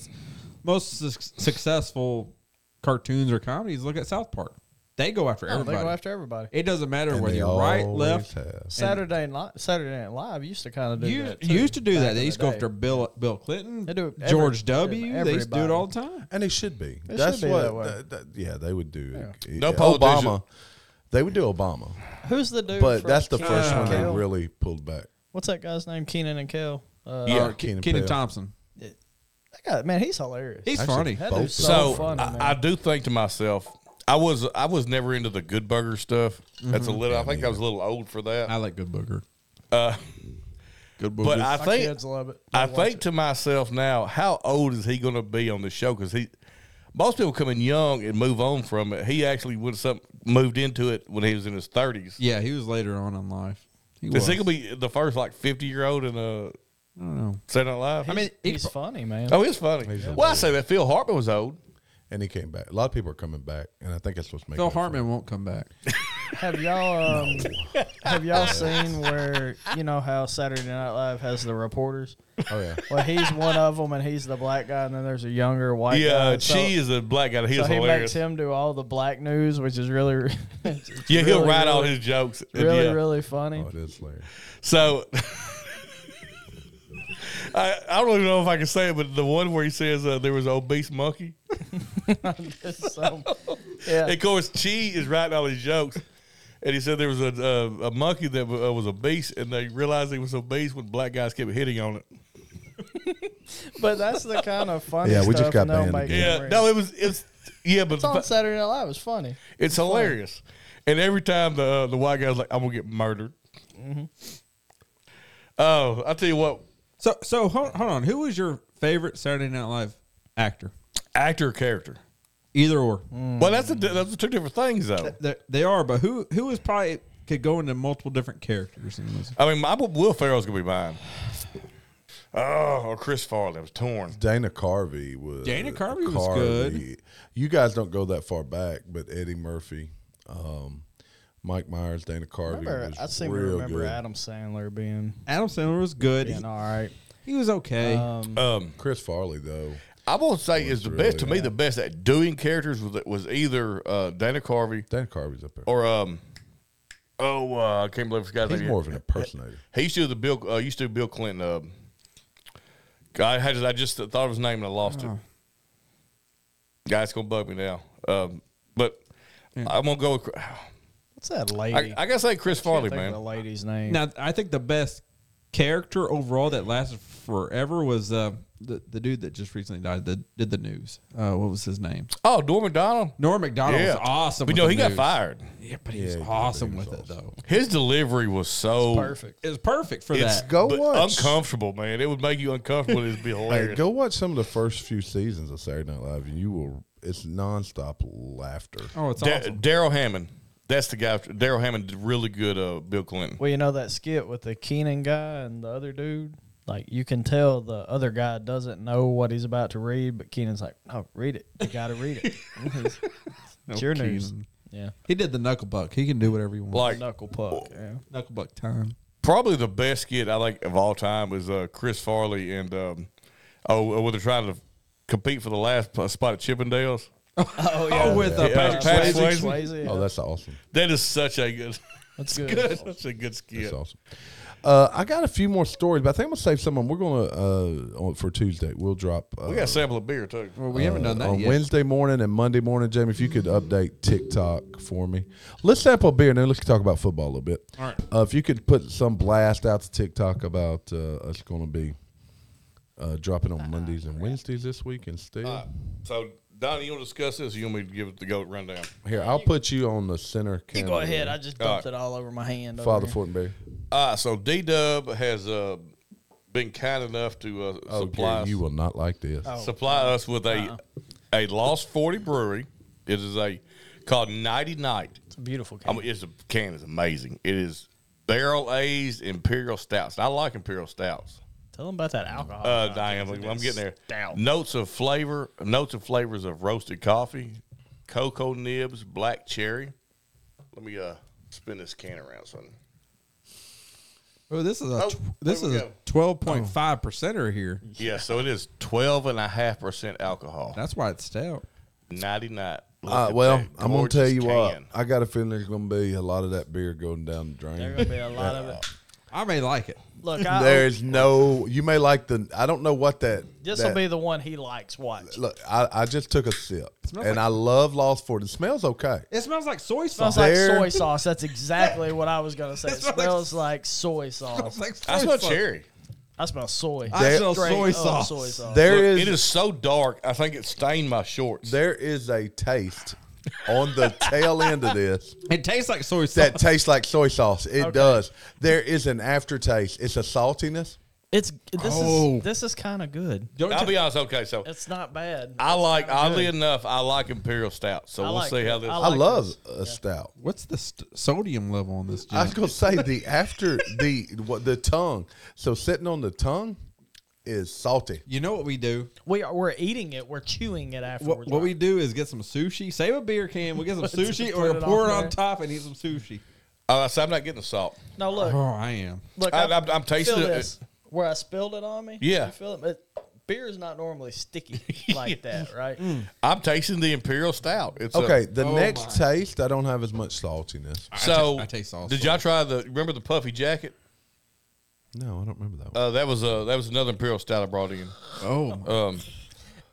most su- successful cartoons or comedies. Look at South Park. They go after
Oh, they
everybody.
go after everybody.
it doesn't matter
And
whether
they
you're right,
always
left.
have.
Saturday Night Saturday Night Live used to kind of do
You
that. too,
used to do
back
that.
in
They
the
used to go
day.
after Bill Bill Clinton,
They do it every-
George W. They used to do it
everybody.
all the time.
And they should be.
They
That's
should be
what.
that way.
th- th- yeah, they would do. it.
No
Yeah,
politician-
Obama. They would do Obama,
Who's the dude?
but
from
that's the
Keenan
first
and
one they
Kel?
really pulled back.
What's that guy's name? Keenan and Kel. Uh,
Yeah.
Or Ke-
Keenan
Keenan
Peele.
Thompson.
that guy, man, he's hilarious.
He's
Actually,
funny.
that
both
dude's
of
so,
so
funny. man.
I, I do think to myself, I was I was never into the Good Burger stuff. That's a
Mm-hmm.
little. I think I was a little old for that.
I like Good Booger.
good but
My
I think
kids love it. They
I
watch
think
it.
to myself now, how old is he going to be on this show? Because he, most people come in young and move on from it. He actually went some moved into it when he was in his thirties.
Yeah, he was later on in life. He
Is
was.
he going to be the first like fifty year old in a
I don't know.
Saturday Night Live?
I mean, he,
he's funny, man.
oh, it's funny. well, I say that Phil Hartman was old.
And he came back. A lot of people are coming back, and I think that's what's making
Phil
it funny.
Hartman won't come back.
Have y'all um, have y'all seen where you know how Saturday Night Live has the reporters?
Oh yeah,
Well, he's one of them, and he's the black guy, and then there's a younger white guy.
Yeah,
So-
she is a black guy. He
So
was
he makes
hilarious.
him do all the black news, which is really, it's
yeah, he'll
really,
write all
really-
his jokes. and
really,
yeah.
really funny.
oh, it is hilarious.
So I, I don't even know if I can say it, but the one where he says uh, there was an obese monkey.
Oh,
It's so, yeah,
Of course, Chi is writing all these jokes. And he said there was a, a, a monkey that w- uh, was obese, and they realized he was obese when black guys kept hitting on it.
but that's the kind of funny.
Yeah, we just
stuff
got
and they'll
banned
make
again.
Yeah,
him read.
no, it was it's yeah, but
it's on Saturday Night Live. It's funny.
it's hilarious. And every time the uh, the white guy's like, "I'm gonna get murdered."
Mm-hmm.
Oh, I tell you what,
So, so hold, hold on. Who was your favorite Saturday Night Live actor?
actor or character.
Either or.
Well, that's a, that's two different things though.
They, they are, but who who is probably could go into multiple different characters in this?
I mean, my Will Ferrell's gonna be mine. Oh, or Chris Farley. I was torn.
Dana Carvey was
Dana Carvey was good.
You guys don't go that far back, but Eddie Murphy, um, Mike Myers, Dana Carvey.
Remember,
was
I seem to
real
remember
good.
Adam Sandler being
Adam Sandler was good.
being all right.
He was okay.
Um,
Chris Farley though.
I won't say is the
really
best to me. The best at doing characters was was either uh, Dana Carvey
Dana Carvey's up there.
or um. Oh, uh, I can't believe this guy's
He's
name.
more of an impersonator.
He used to do the Bill. Uh, used to do Bill Clinton. Uh, guy, I just, I just thought of his name and I lost
Uh-huh.
it. Guys, gonna bug me now. Um, but I'm gonna go. With, Chris-
What's that lady?
I, I gotta say Chris Farley,
Can't think of
man.
the lady's name.
now, I think the best character overall that lasted forever was uh, the the dude that just recently died that did the news. Uh, what was his name?
Oh, Norm McDonald.
Norm Macdonald was awesome.
But
with
no,
the
he got
news.
fired.
Yeah, but he was awesome with it though.
His delivery was so
Perfect.
It was perfect for
It's
that.
Go
but
watch.
uncomfortable, man. It would make you uncomfortable. It'd be hilarious.
Hey, go watch some of the first few seasons of Saturday Night Live, and you will. It's nonstop laughter.
Oh, it's
Da-
awesome.
Daryl Hammond. That's the guy. Daryl Hammond did really good. Uh, Bill Clinton.
Well, you know that skit with the Keenan guy and the other dude? Like you can tell the other guy doesn't know what he's about to read, but Keenan's like, No, read it. You gotta read it. it's your news.
Keenan.
Yeah.
He did the knuckle buck. He can do whatever you want.
Like
Knuckle puck. Yeah.
knuckle buck time.
probably the best skit I like of all time was uh, Chris Farley and um, oh, when they're trying to compete for the last p- spot at Chippendales.
Oh
Oh, with uh,
Yeah.
Patrick
Patrick
Swayze.
Swayze.
Swayze, yeah.
Oh, that's awesome.
That is such a good.
That's
it's
good.
That's a good skit.
That's awesome. Uh, I got a few more stories, but I think I'm gonna save some of them. We're gonna uh, on, for Tuesday. We'll drop. Uh,
We got a sample of beer too.
Well, we haven't done that
on
yet.
Wednesday morning and Monday morning, Jamie. If you could update TikTok for me, let's sample beer and then let's talk about football a little bit. All
right.
Uh, if you could put some blast out to TikTok about uh, us going to be uh, dropping on Mondays and Wednesdays this week instead.
Uh, So, Donnie, you want to discuss this? Or you want me to give it the goat rundown?
Here, I'll put you on the center.
You
Camera
go ahead. I just dumped
All
it all over my hand. over
Father
here.
Fortenberry.
Ah, so D Dub has uh, been kind enough to uh,
Oh,
supply
Gary,
us,
you will not like this.
supply us with a a Lost Forty Brewery. It is a called Nighty Night.
It's a beautiful
I
can.
mean, it's a can is amazing. It is barrel aged imperial stouts. I like imperial stouts.
Tell them about that alcohol.
Uh, Diane, I'm, I'm getting there. Notes of flavor, notes of flavors of roasted coffee, cocoa nibs, black cherry. Let me uh spin this can around, son.
Oh, this is a
Oh,
tw- this
there
is
we
a
go.
twelve point five percenter here.
Yeah, so it is 12.5% alcohol.
That's why it's stout.
99. Look
Uh,
at
well,
that
I'm gonna tell
gorgeous
you
can.
what. I got a feeling there's gonna be a lot of that beer going down the drain.
There's gonna be a lot of it.
I may like it.
Look, I,
There's no. You may like the. I don't know what that.
this will
that-
be the one he likes. Watch.
Look, I, I just took a sip, and
smells like-
I love Lost Ford. It smells okay.
It smells like soy
Smells
sauce.
like
There-
soy sauce. That's exactly what I was gonna say. It
smells like-
smells like soy
It's
sauce.
like soy
I smell
sauce.
cherry.
I smell soy.
I
There-
smell
Straight
soy
up
sauce.
Soy sauce.
There
Look,
is
it is so dark. I think it stained my shorts.
there is a taste on the tail end of this
It tastes like soy sauce.
that tastes like soy sauce. It does. There is an aftertaste. It's a saltiness.
It's this
Oh.
is this is kind of good.
Don't
I'll
ta-
be honest. Okay, so
It's not bad.
I like, oddly enough, I like Imperial Stout. So
I
we'll
like
see
it.
how this.
I
I,
like
love
this.
a stout.
What's the st- sodium level on this?
I was
Jim?
gonna say the after the what the tongue. So sitting on the tongue is salty.
You know what we do?
We are we're eating it. We're chewing it
What,
afterwards.
what we do is get some sushi. Save a beer can. We'll get some sushi, or
Put it
pour
on
it on
there.
top and eat some sushi.
Uh, so I'm not getting the salt.
no
Oh,
look
I am.
look.
I- I'm- I'm tasting
feel
it.
this. Where I spilled it on me.
Yeah.
you feel it. It- beer is not normally sticky like that, right?
Mm.
I'm tasting the Imperial Stout. It's a-
Okay, the
Oh
next taste I don't have as much saltiness.
so
I taste all
did
salt.
y'all try the? Remember the puffy jacket?
No, I don't remember that. One.
Uh, that was uh, that was another Imperial Stout I brought in.
Oh, my.
Um,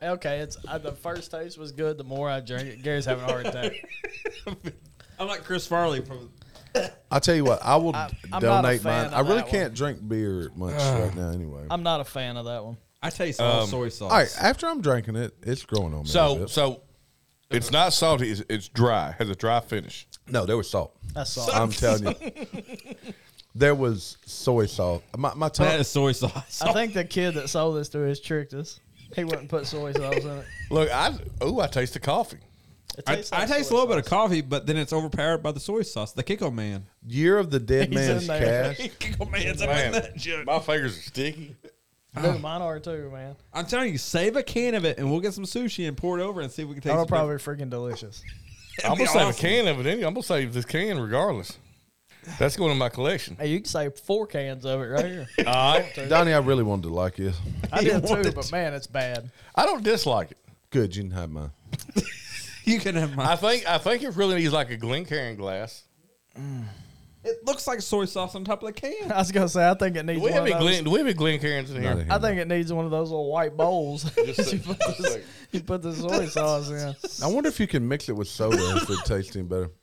Okay, it's uh, the first taste was good. The more I drink it, Gary's having a heart attack.
I'm like Chris Farley from.
I tell you what, I will
I- I'm not a
donate mine.
fan of
I really
that one.
can't drink beer much
Uh.
right now anyway.
I'm not a fan of that one.
I taste all soy sauce.
All right, after I'm drinking it, it's growing on me. a
so
bit.
so, it's not salty. It's, it's dry. Has a dry finish.
no, there was salt.
That's all.
I'm telling you, there was soy salt. My my tongue.
that is soy sauce.
I think the kid that sold this to us tricked us. He wouldn't put soy sauce in it.
Look, I oh, I taste the coffee.
It
I,
tastes
I
like
taste a
soy
little bit
sauce.
of coffee, but then it's overpowered by the soy sauce. The Kiko Man.
Year of the Dead
He's
Man's
in there.
Cash.
Kiko Man's
Man, my fingers are sticky.
Dude, mine are too, man.
I'm telling you, save a can of it, and we'll get some sushi and pour it over and see if we can taste.
That'll
it.
probably be freaking delicious.
I'm
be
gonna save a
awesome.
can of it. Anyway. I'm gonna save this can regardless. That's going in my collection.
Hey, you can save four cans of it right here.
All right.
Donnie, I really wanted to like you.
I did too, but man, it's bad.
I don't dislike it.
Good, you didn't have mine.
You can have
I
mine.
think I think it really needs like a Glencairn glass.
It looks like soy sauce on top of the can.
I was gonna say I think it needs
Do we
one
have
of
any
those.
Glen? Do we have any Glencairns in here?
I think it needs one of those little white bowls.
Just a- just a-
you put the soy sauce in.
I wonder if you can mix it with soda if it tastes any better.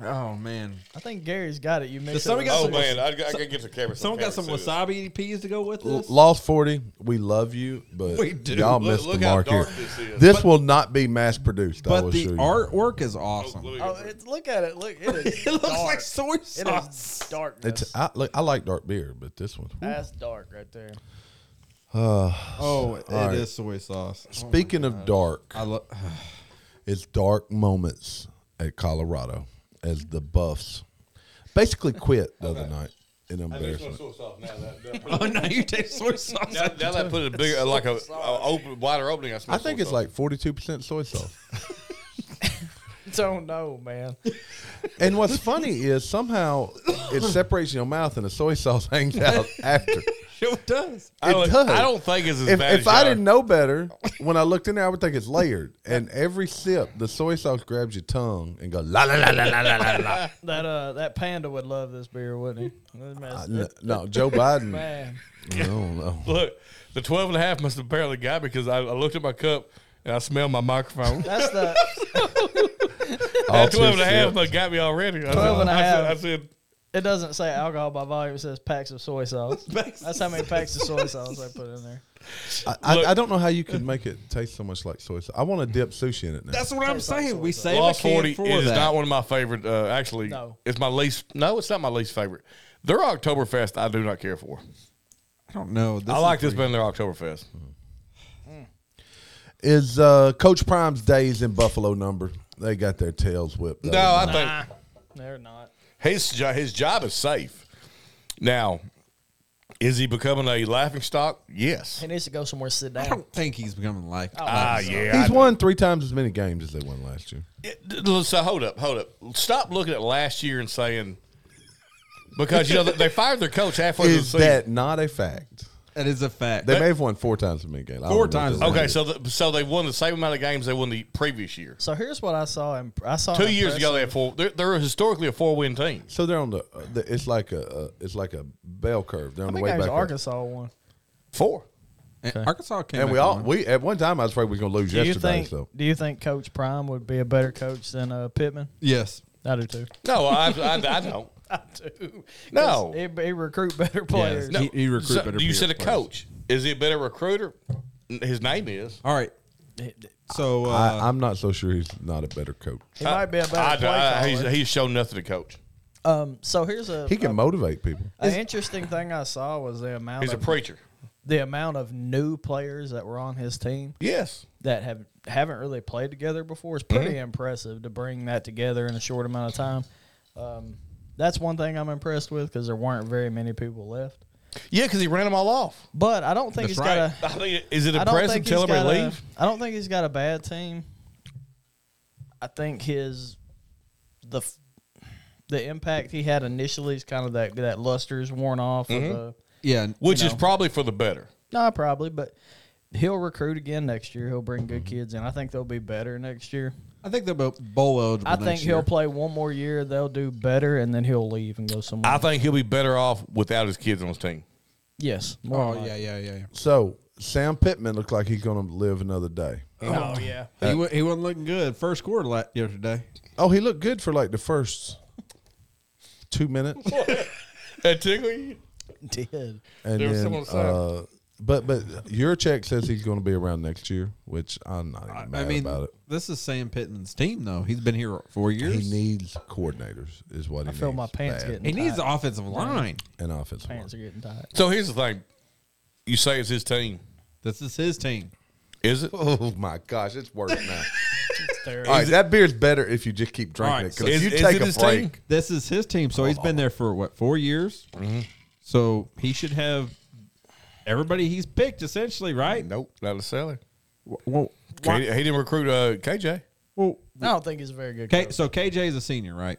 Oh man,
I think Gary's got it. You mixed
somebody
it
got
up.
Oh
some-
man, I, I gotta get to camera.
someone got some
camera soon.
wasabi peas to go with
L-
this.
Lost 40, we love you, but
We do.
y'all
Look-
missed
look
the
how
mark
dark
here.
this is.
will not be mass produced. I
but
will
the
assure you.
artwork is awesome.
Look
it
at
Oh,
that.
it's, look at it. Look, it is.
looks
dark.
like soy
It
sauce.
is darkness.
It's I, look, I like dark beer, but this one. whew.
That's dark right there.
Oh, it is
right.
soy sauce.
Speaking of dark,
I love.
it's dark moments at Colorado as the Buffs basically quit the other night in embarrassment.
oh no, you taste soy sauce.
Now, now that put a bigger, uh, like a, a open, wider opening. I, smell
I think
soy
it's
sauce.
like forty-two percent soy sauce.
Don't know, man.
and what's funny is somehow it separates in your mouth, and the soy sauce hangs out after.
Sure does.
I don't,
it does.
I don't think it's as
If,
bad.
if
as
I
y'all.
didn't know better, when I looked in there, I would think it's layered. And every sip, the soy sauce grabs your tongue and goes la la la la la la la. la.
That uh, that panda would love this beer, wouldn't he? That mess-
No, no, Joe Biden.
Man,
I don't know.
look, the 12 and a half must have apparently got because I, I looked at my cup and I smelled my microphone.
that's the
All
That
two
12 and a half
sips.
must have got me already. I
12
said,
and a
I said-
half.
I said,
It doesn't say alcohol by volume. It says packs of soy sauce. That's how many packs of soy sauce I put in there.
I, I,
Look.
I don't know how you could make it taste so much like soy sauce. I want to dip sushi in it now.
That's what I'm
Tastes like
saying.
soy
We
sauce.
saved
Lost
a can
40
for
is
that.
not one of my favorite. Uh, actually,
No.
it's my least. No, it's not my least favorite. Their Oktoberfest, I do not care for.
I don't know. This
I
is
like this
pretty-
better than their Oktoberfest.
Is uh, Coach Prime's days in Buffalo number? They got their tails whipped.
No, I think
They're not.
his jo- his job is safe. Now, is he becoming a laughing stock? Yes.
He needs to go somewhere sit
I
down.
don't think he's becoming like.
Oh.
Ah, yeah.
He's
I-
won three times as many games as they won last year.
It- So hold up, hold up. Stop looking at last year and saying because you know they- they fired their coach halfway through the
Is
season.
that not a fact?
that is a fact.
They may have won four times as many games. I don't
Four
know what
times.
the-
okay, so the, so they won the same amount of games they won the previous year.
So here's what I saw. In, I saw
Two
an
years
impressive-
ago, they had four. They're, they're historically a four win team.
So they're on the, uh, the it's like a uh, it's like a bell curve. They're on
I
the
think
way
that was
back. up.
Arkansas one.
Four.
And Arkansas came.
And we
back
all
on.
we at one time I was afraid we were gonna lose
Do you
yesterday.
think?
so
Do you think Coach Prime would be a better coach than uh, Pittman?
yes.
I do too.
No, I, I, I don't.
I do.
No.
he, he recruit better players.
No.
He- he recruit
So,
better
You said a
players.
coach. Is he a better recruiter? N- His name is.
All right. So uh,
I, I'm not so sure he's not a better coach.
He might be a better
I-
play
I-
caller.
he's, he's shown nothing to coach.
um, so here's a,
He can
a-
motivate people.
an interesting thing I saw was the amount
He's a
of
preacher.
the amount of new players that were on his team.
Yes. Mm-hmm.
that have haven't really played together before is pretty impressive to bring that together in a short amount of time. Um, that's one thing I'm impressed with because there weren't very many people left.
Yeah, because he ran them all off.
But I don't think
That's
he's
right.
I
got
think, is it
a. I don't
impressive
think he's
telling him
got
to
a,
leave?
I don't think he's got a bad team. I think his the f- the impact he had initially is kind of that that luster's worn off. Of
Mm-hmm.
the,
yeah.
Which
you
is
know.
probably for the better.
nah, probably, but he'll recruit again next year. He'll bring good kids in. I think they'll be better next year.
I think they're both bowl eligible.
I
next
think
year.
he'll play one more year. They'll do better, and then he'll leave and go somewhere.
I think he'll be better off without his kids on his team.
yes. more
Oh
than
yeah, yeah, yeah. yeah.
So Sam Pittman looks like he's gonna live another day.
likely. Oh yeah.
he, wa- he wasn't looking good first quarter la- yesterday.
Oh, he looked good for like the first two minutes,
That tickle you?
Did
and
There
then.
was someone saying-
Uh, but but Juracek says he's going to be around next year, which I'm not even mad
I mean,
about it.
this is Sam Pittman's team, though. He's been here four years.
He needs coordinators, is what he
I feel
needs
my pants
bad.
getting
He needs
tight.
an offensive line.
an offensive line.
pants are getting tight.
So here's the thing. You say it's his team.
This is his team.
Is it?
Oh my gosh, it's worse now.
It's terrible.
All right, that beer's better if you just keep
All
drinking
right,
it
so
because
is-
you
is
take
it
a
his
break.
team? Mm-hmm.
This is his team. So he's been there for what four years. So he should have everybody he's picked essentially, right?
Nope, not a seller.
Well,
K- he didn't recruit uh, KJ.
well,
I don't think he's a very good.
K-
coach.
so KJ is a senior, right?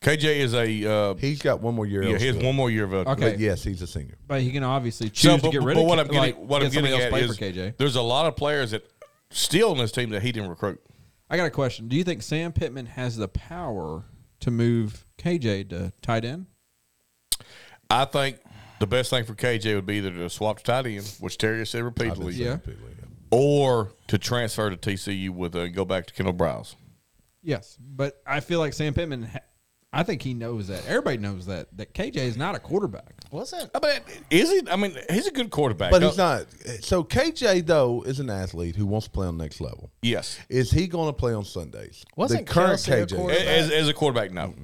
KJ is a uh,
He's got one more year.
yeah. He has
still.
one more year of eligibility.
Okay.
But yes, he's a senior.
But he can obviously choose
So,
to
but,
get rid
but
of
what
K-
I'm getting,
like,
what I'm
get somebody else
getting at
play
is
for KJ.
there's a lot of players that still on this team that he didn't recruit.
I got a question. Do you think Sam Pittman has the power to move KJ to tight end?
I think the best thing for KJ would be either to swap to tight end, which Terry has said repeatedly,
Yeah.
or to transfer to TCU with uh, go back to Kendall Browse.
Yes, but I feel like Sam Pittman ha- I think he knows that. Everybody knows that that KJ is not a quarterback.
Was it?
I mean, is he? I mean, he's a good quarterback.
But
Uh,
he's not. So KJ though is an athlete who wants to play on the next level.
Yes.
Is he going to play on Sundays?
Wasn't
the current
Kelsey a
KJ?
quarterback?
As, as a quarterback, no.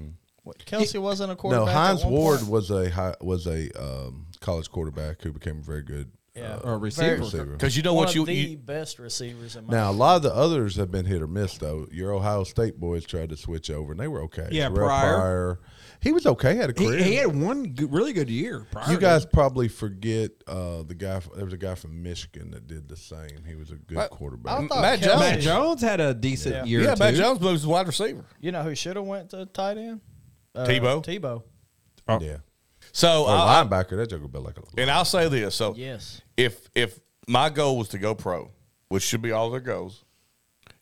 What, Kelsey wasn't a
No,
quarterback.
Heinz
at one
Ward
point?
was a high, was a um, college quarterback who became a very good
Or
Yeah.
a
Very-
receiver.
receiver.
Because you know
One
what
of
you,
the
you
best receivers in my
Now a lot of the others have been hit or miss though. Your Ohio State boys tried to switch over and they were okay.
Yeah,
Terrell
Pryor.
he was okay, had a
He,
career.
he had one good, really good year. Prior
you
to-
guys probably forget uh, the guy. There was a guy from Michigan that did the same. He was a good quarterback.
I thought
Matt
Kelsey-
Jones.
Matt Jones had a decent
Yeah.
year.
yeah, Matt
too.
Jones moves to wide receiver.
You know who should have went to tight end? Uh,
Tebow?
Tebow.
yeah,
So,
or
I,
linebacker. That joker built like a.
and I'll say this. So,
Yes.
if if my goal was to go pro, which should be all their goals,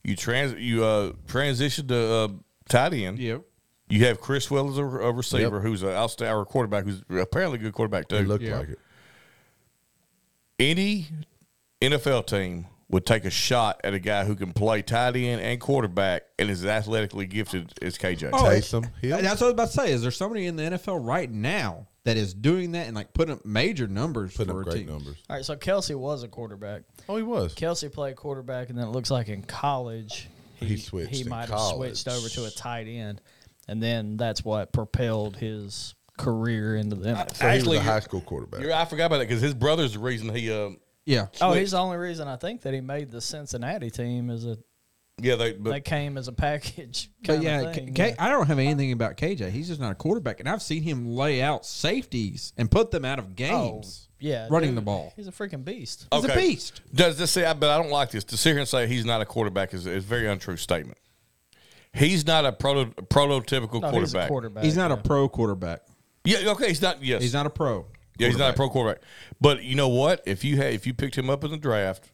you trans you uh transition to uh, tight end.
Yep.
You have Chris Well as a, a receiver
Yep.
who's an outstanding or quarterback who's apparently a good quarterback too.
It looked
Yeah.
like it.
any NFL team would take a shot at a guy who can play tight end and quarterback and is as athletically gifted as KJ.
Oh,
Taysom Hill.
That's what I was about to say. Is there somebody in the NFL right now that is doing that and like putting up major numbers
Putting
for
up
a
great
team?
numbers.
All right, so Kelsey was a quarterback.
Oh, he was.
Kelsey played quarterback, and then it looks like in college he,
He switched
He
in
might have
college.
switched over to a tight end, and then that's what propelled his career into the NFL.
So
Actually,
he was a
you're-
high school quarterback.
You're- I forgot about that because his brother's the reason he. Uh,
Yeah.
oh, he's the only reason I think that he made the Cincinnati team is a
yeah, they. But
they came as a package.
But
Kind
yeah,
of thing,
K- K-
yeah.
I don't have anything about KJ. He's just not a quarterback, and I've seen him lay out safeties and put them out of games.
Oh, yeah,
running
dude,
the ball.
He's a freaking beast.
He's a
Okay.
beast.
Does this say? But I don't like this. To sit here and say he's not a quarterback is, is a very untrue statement. He's not a proto, prototypical
No,
quarterback.
he's a quarterback.
He's not
yeah.
a pro quarterback.
Yeah. Okay. He's not. Yes.
He's not a pro.
Yeah, he's not a
quarterback.
pro quarterback. But you know what? If you had, if you picked him up in the draft,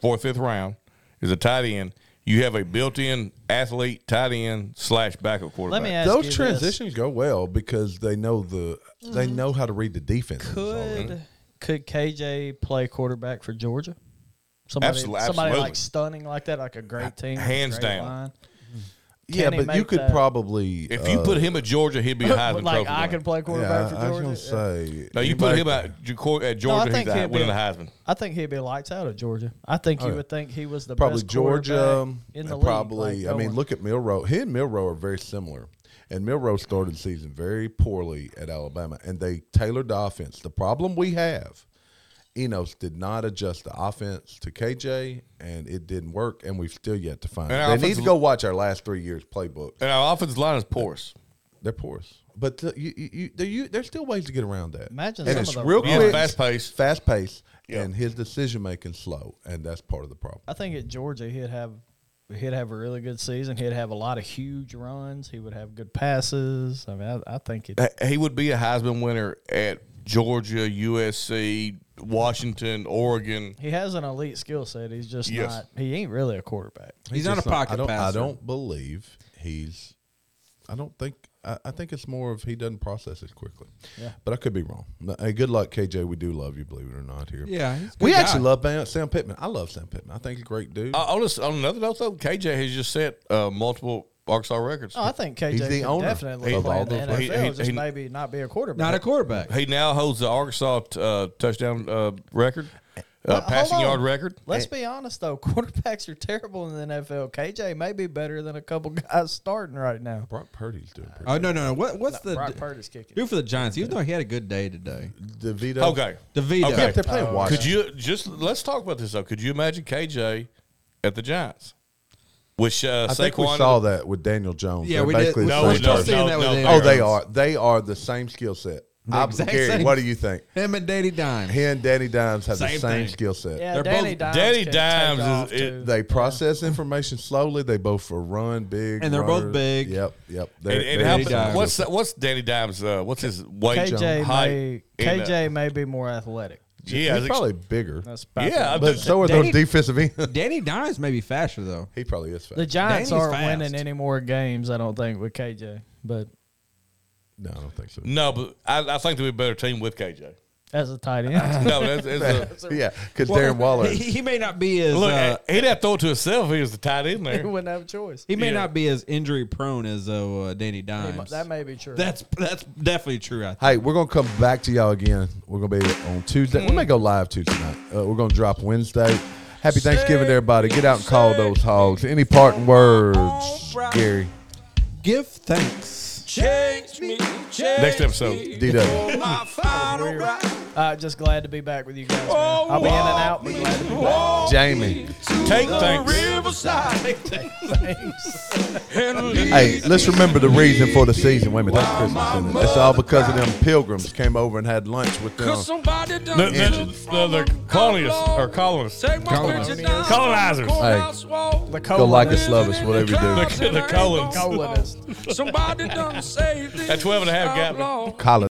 fourth, fifth round, as a tight end, you have a built-in athlete, tight end slash backup quarterback.
Let me ask you
Those
this.
transitions go well because they know the they know how to read the defense.
Could could KJ play quarterback for Georgia? Somebody,
Absolute-
somebody
absolutely.
like stunning like that, like a great team, with a
Hands
great
down.
line.
yeah,
Can he
but you
make
could
that-
probably
If you
uh,
put him at Georgia, he'd be high than
like I could
can.
play
yeah,
quarterback
I, I
for
was gonna
Georgia. yeah.
say
uh, No, you
he
put
might-
him at, Ju- Cor- at Georgia, he's
think
the,
he'd be
winning the
a-
Heisman.
I think he'd be lights out at Georgia. I think you
yeah.
would think he was the
probably
best
Georgia. um,
quarterback in the
and
league,
probably
like,
I mean,
going-
look at Milrow. He and Milrow are very similar. And Milrow started the season very poorly at Alabama, and they tailored the offense. The problem we have, Enos did not adjust the offense to KJ, and it didn't work. And we've still yet to find.
And
it.
our
They need to
offensive-
go watch our last three years playbook.
And our offensive line is porous.
They're porous, but uh, you, you, you, there, you, there's still ways to get around that.
Imagine
and
some
it's
of the
real
runs.
quick,
Fast paced.
fast pace,
Yeah.
and his decision making slow, and that's part of the problem.
I think at Georgia he'd have he'd have a really good season. He'd have a lot of huge runs. He would have good passes. I mean, I, I think it.
Uh, He would be a Heisman winner at Georgia, USC, Washington, Oregon.
He has an elite skill set. He's just
Yes.
not. He ain't really a quarterback.
He's not
just
a pocket
I don't,
passer.
I don't believe he's. I don't think. I, I think it's more of he doesn't process it quickly.
Yeah.
But I could be wrong. No, Hey, good luck, KJ. We do love you, believe it or not. Here.
Yeah, he's a good
We
guy.
actually love Ban- Sam Pittman. I love Sam Pittman. I think he's a great dude.
Uh, on, this, on another note, though, KJ has just set uh, multiple Arkansas records.
Oh, I think KJ
He's the
could
owner
definitely
of
play
all
in the
those-
NFL.
he- he-
just
he-
maybe not be a quarterback.
not a quarterback.
He now holds the Arkansas uh, touchdown uh, record, uh,
But hold
passing
on.
yard record.
Let's be honest though, quarterbacks are terrible in the NFL. KJ may be better than a couple guys starting right now.
Brock Purdy's doing pretty
Oh no no no! What what's the
Brock Purdy's kicking.
who for the Giants? Even though he had a good day today,
good. DeVito.
Okay.
DeVito.
Okay.
If they're
Uh,
playing
Uh,
Could
Washington.
you just let's talk about this though? Could you imagine KJ at the Giants? Which uh,
I
Saquon
think we saw that with Daniel Jones.
Yeah,
They're
we did.
basically the
No,
same
we don't.
person.
No, no.
Aaron
Oh, they
Rodgers.
are. They are the same skill set.
The
I,
exact
Gary,
same.
what do you think?
Him and Danny Dimes.
He and Danny Dimes have the
Same
same
thing.
skill set.
Yeah,
They're
Danny
both-
Dimes.
Danny
can
Dimes
take
is-
off,
it-
too.
They process information slowly. They both are run big,
And they're both
runners.
big.
Yep, yep. They're,
And, and
they're
how-
Danny Dimes.
what's that, what's Danny Dimes? Uh, what's his weight?
KJ
height,
may
and, uh,
KJ may be more athletic.
yeah,
he's
it's-
probably bigger.
That's about
yeah.
the-
but-
But so are
Danny-
those defensive ends.
Danny Dimes may be faster though.
he probably is fast.
The Giants
Danny's
aren't
fast.
winning any more games, I don't think, with KJ. But
no, I don't think so.
no, but I, I think they'd be a better team with KJ.
as a tight end.
No, that's, that's a,
yeah, because Darren Waller.
He, he may not be as
look.
uh,
he'd have to throw it to himself. if He was the tight end
he
there.
wouldn't have a choice.
he may
yeah.
not be as injury prone as uh, uh, Danny
He
Dimes.
mu- that may be true.
that's that's definitely true. I think.
Hey, we're gonna come back to y'all again. We're gonna be on Tuesday. We may go live Tuesday night. Uh, we're gonna drop Wednesday. Happy Thanksgiving, to everybody. Get out and call those hogs. Any parting words, Gary?
Give thanks.
Change me, change
Next episode.
DW.
my final ride.
Uh, just glad to be back with you guys. Man. I'll be in and out. But glad to be back.
Jamie.
Take thanks.
Riverside and leave
Hey, let's remember the reason for the season. Wait a minute, that's Christmas. Isn't it? It's all because of them pilgrims came over and had lunch with them.
Cause somebody done
The,
took
the, the,
from
the
'em.
colonists
Outlaw.
or colonists.
Take my picture down.
Colonizers.
The
Hey.
colon
Go like us,
is-
love us, whatever you do.
The- the colons.
Colonist.
Somebody done saved
That 12 and a half got me.
Colin.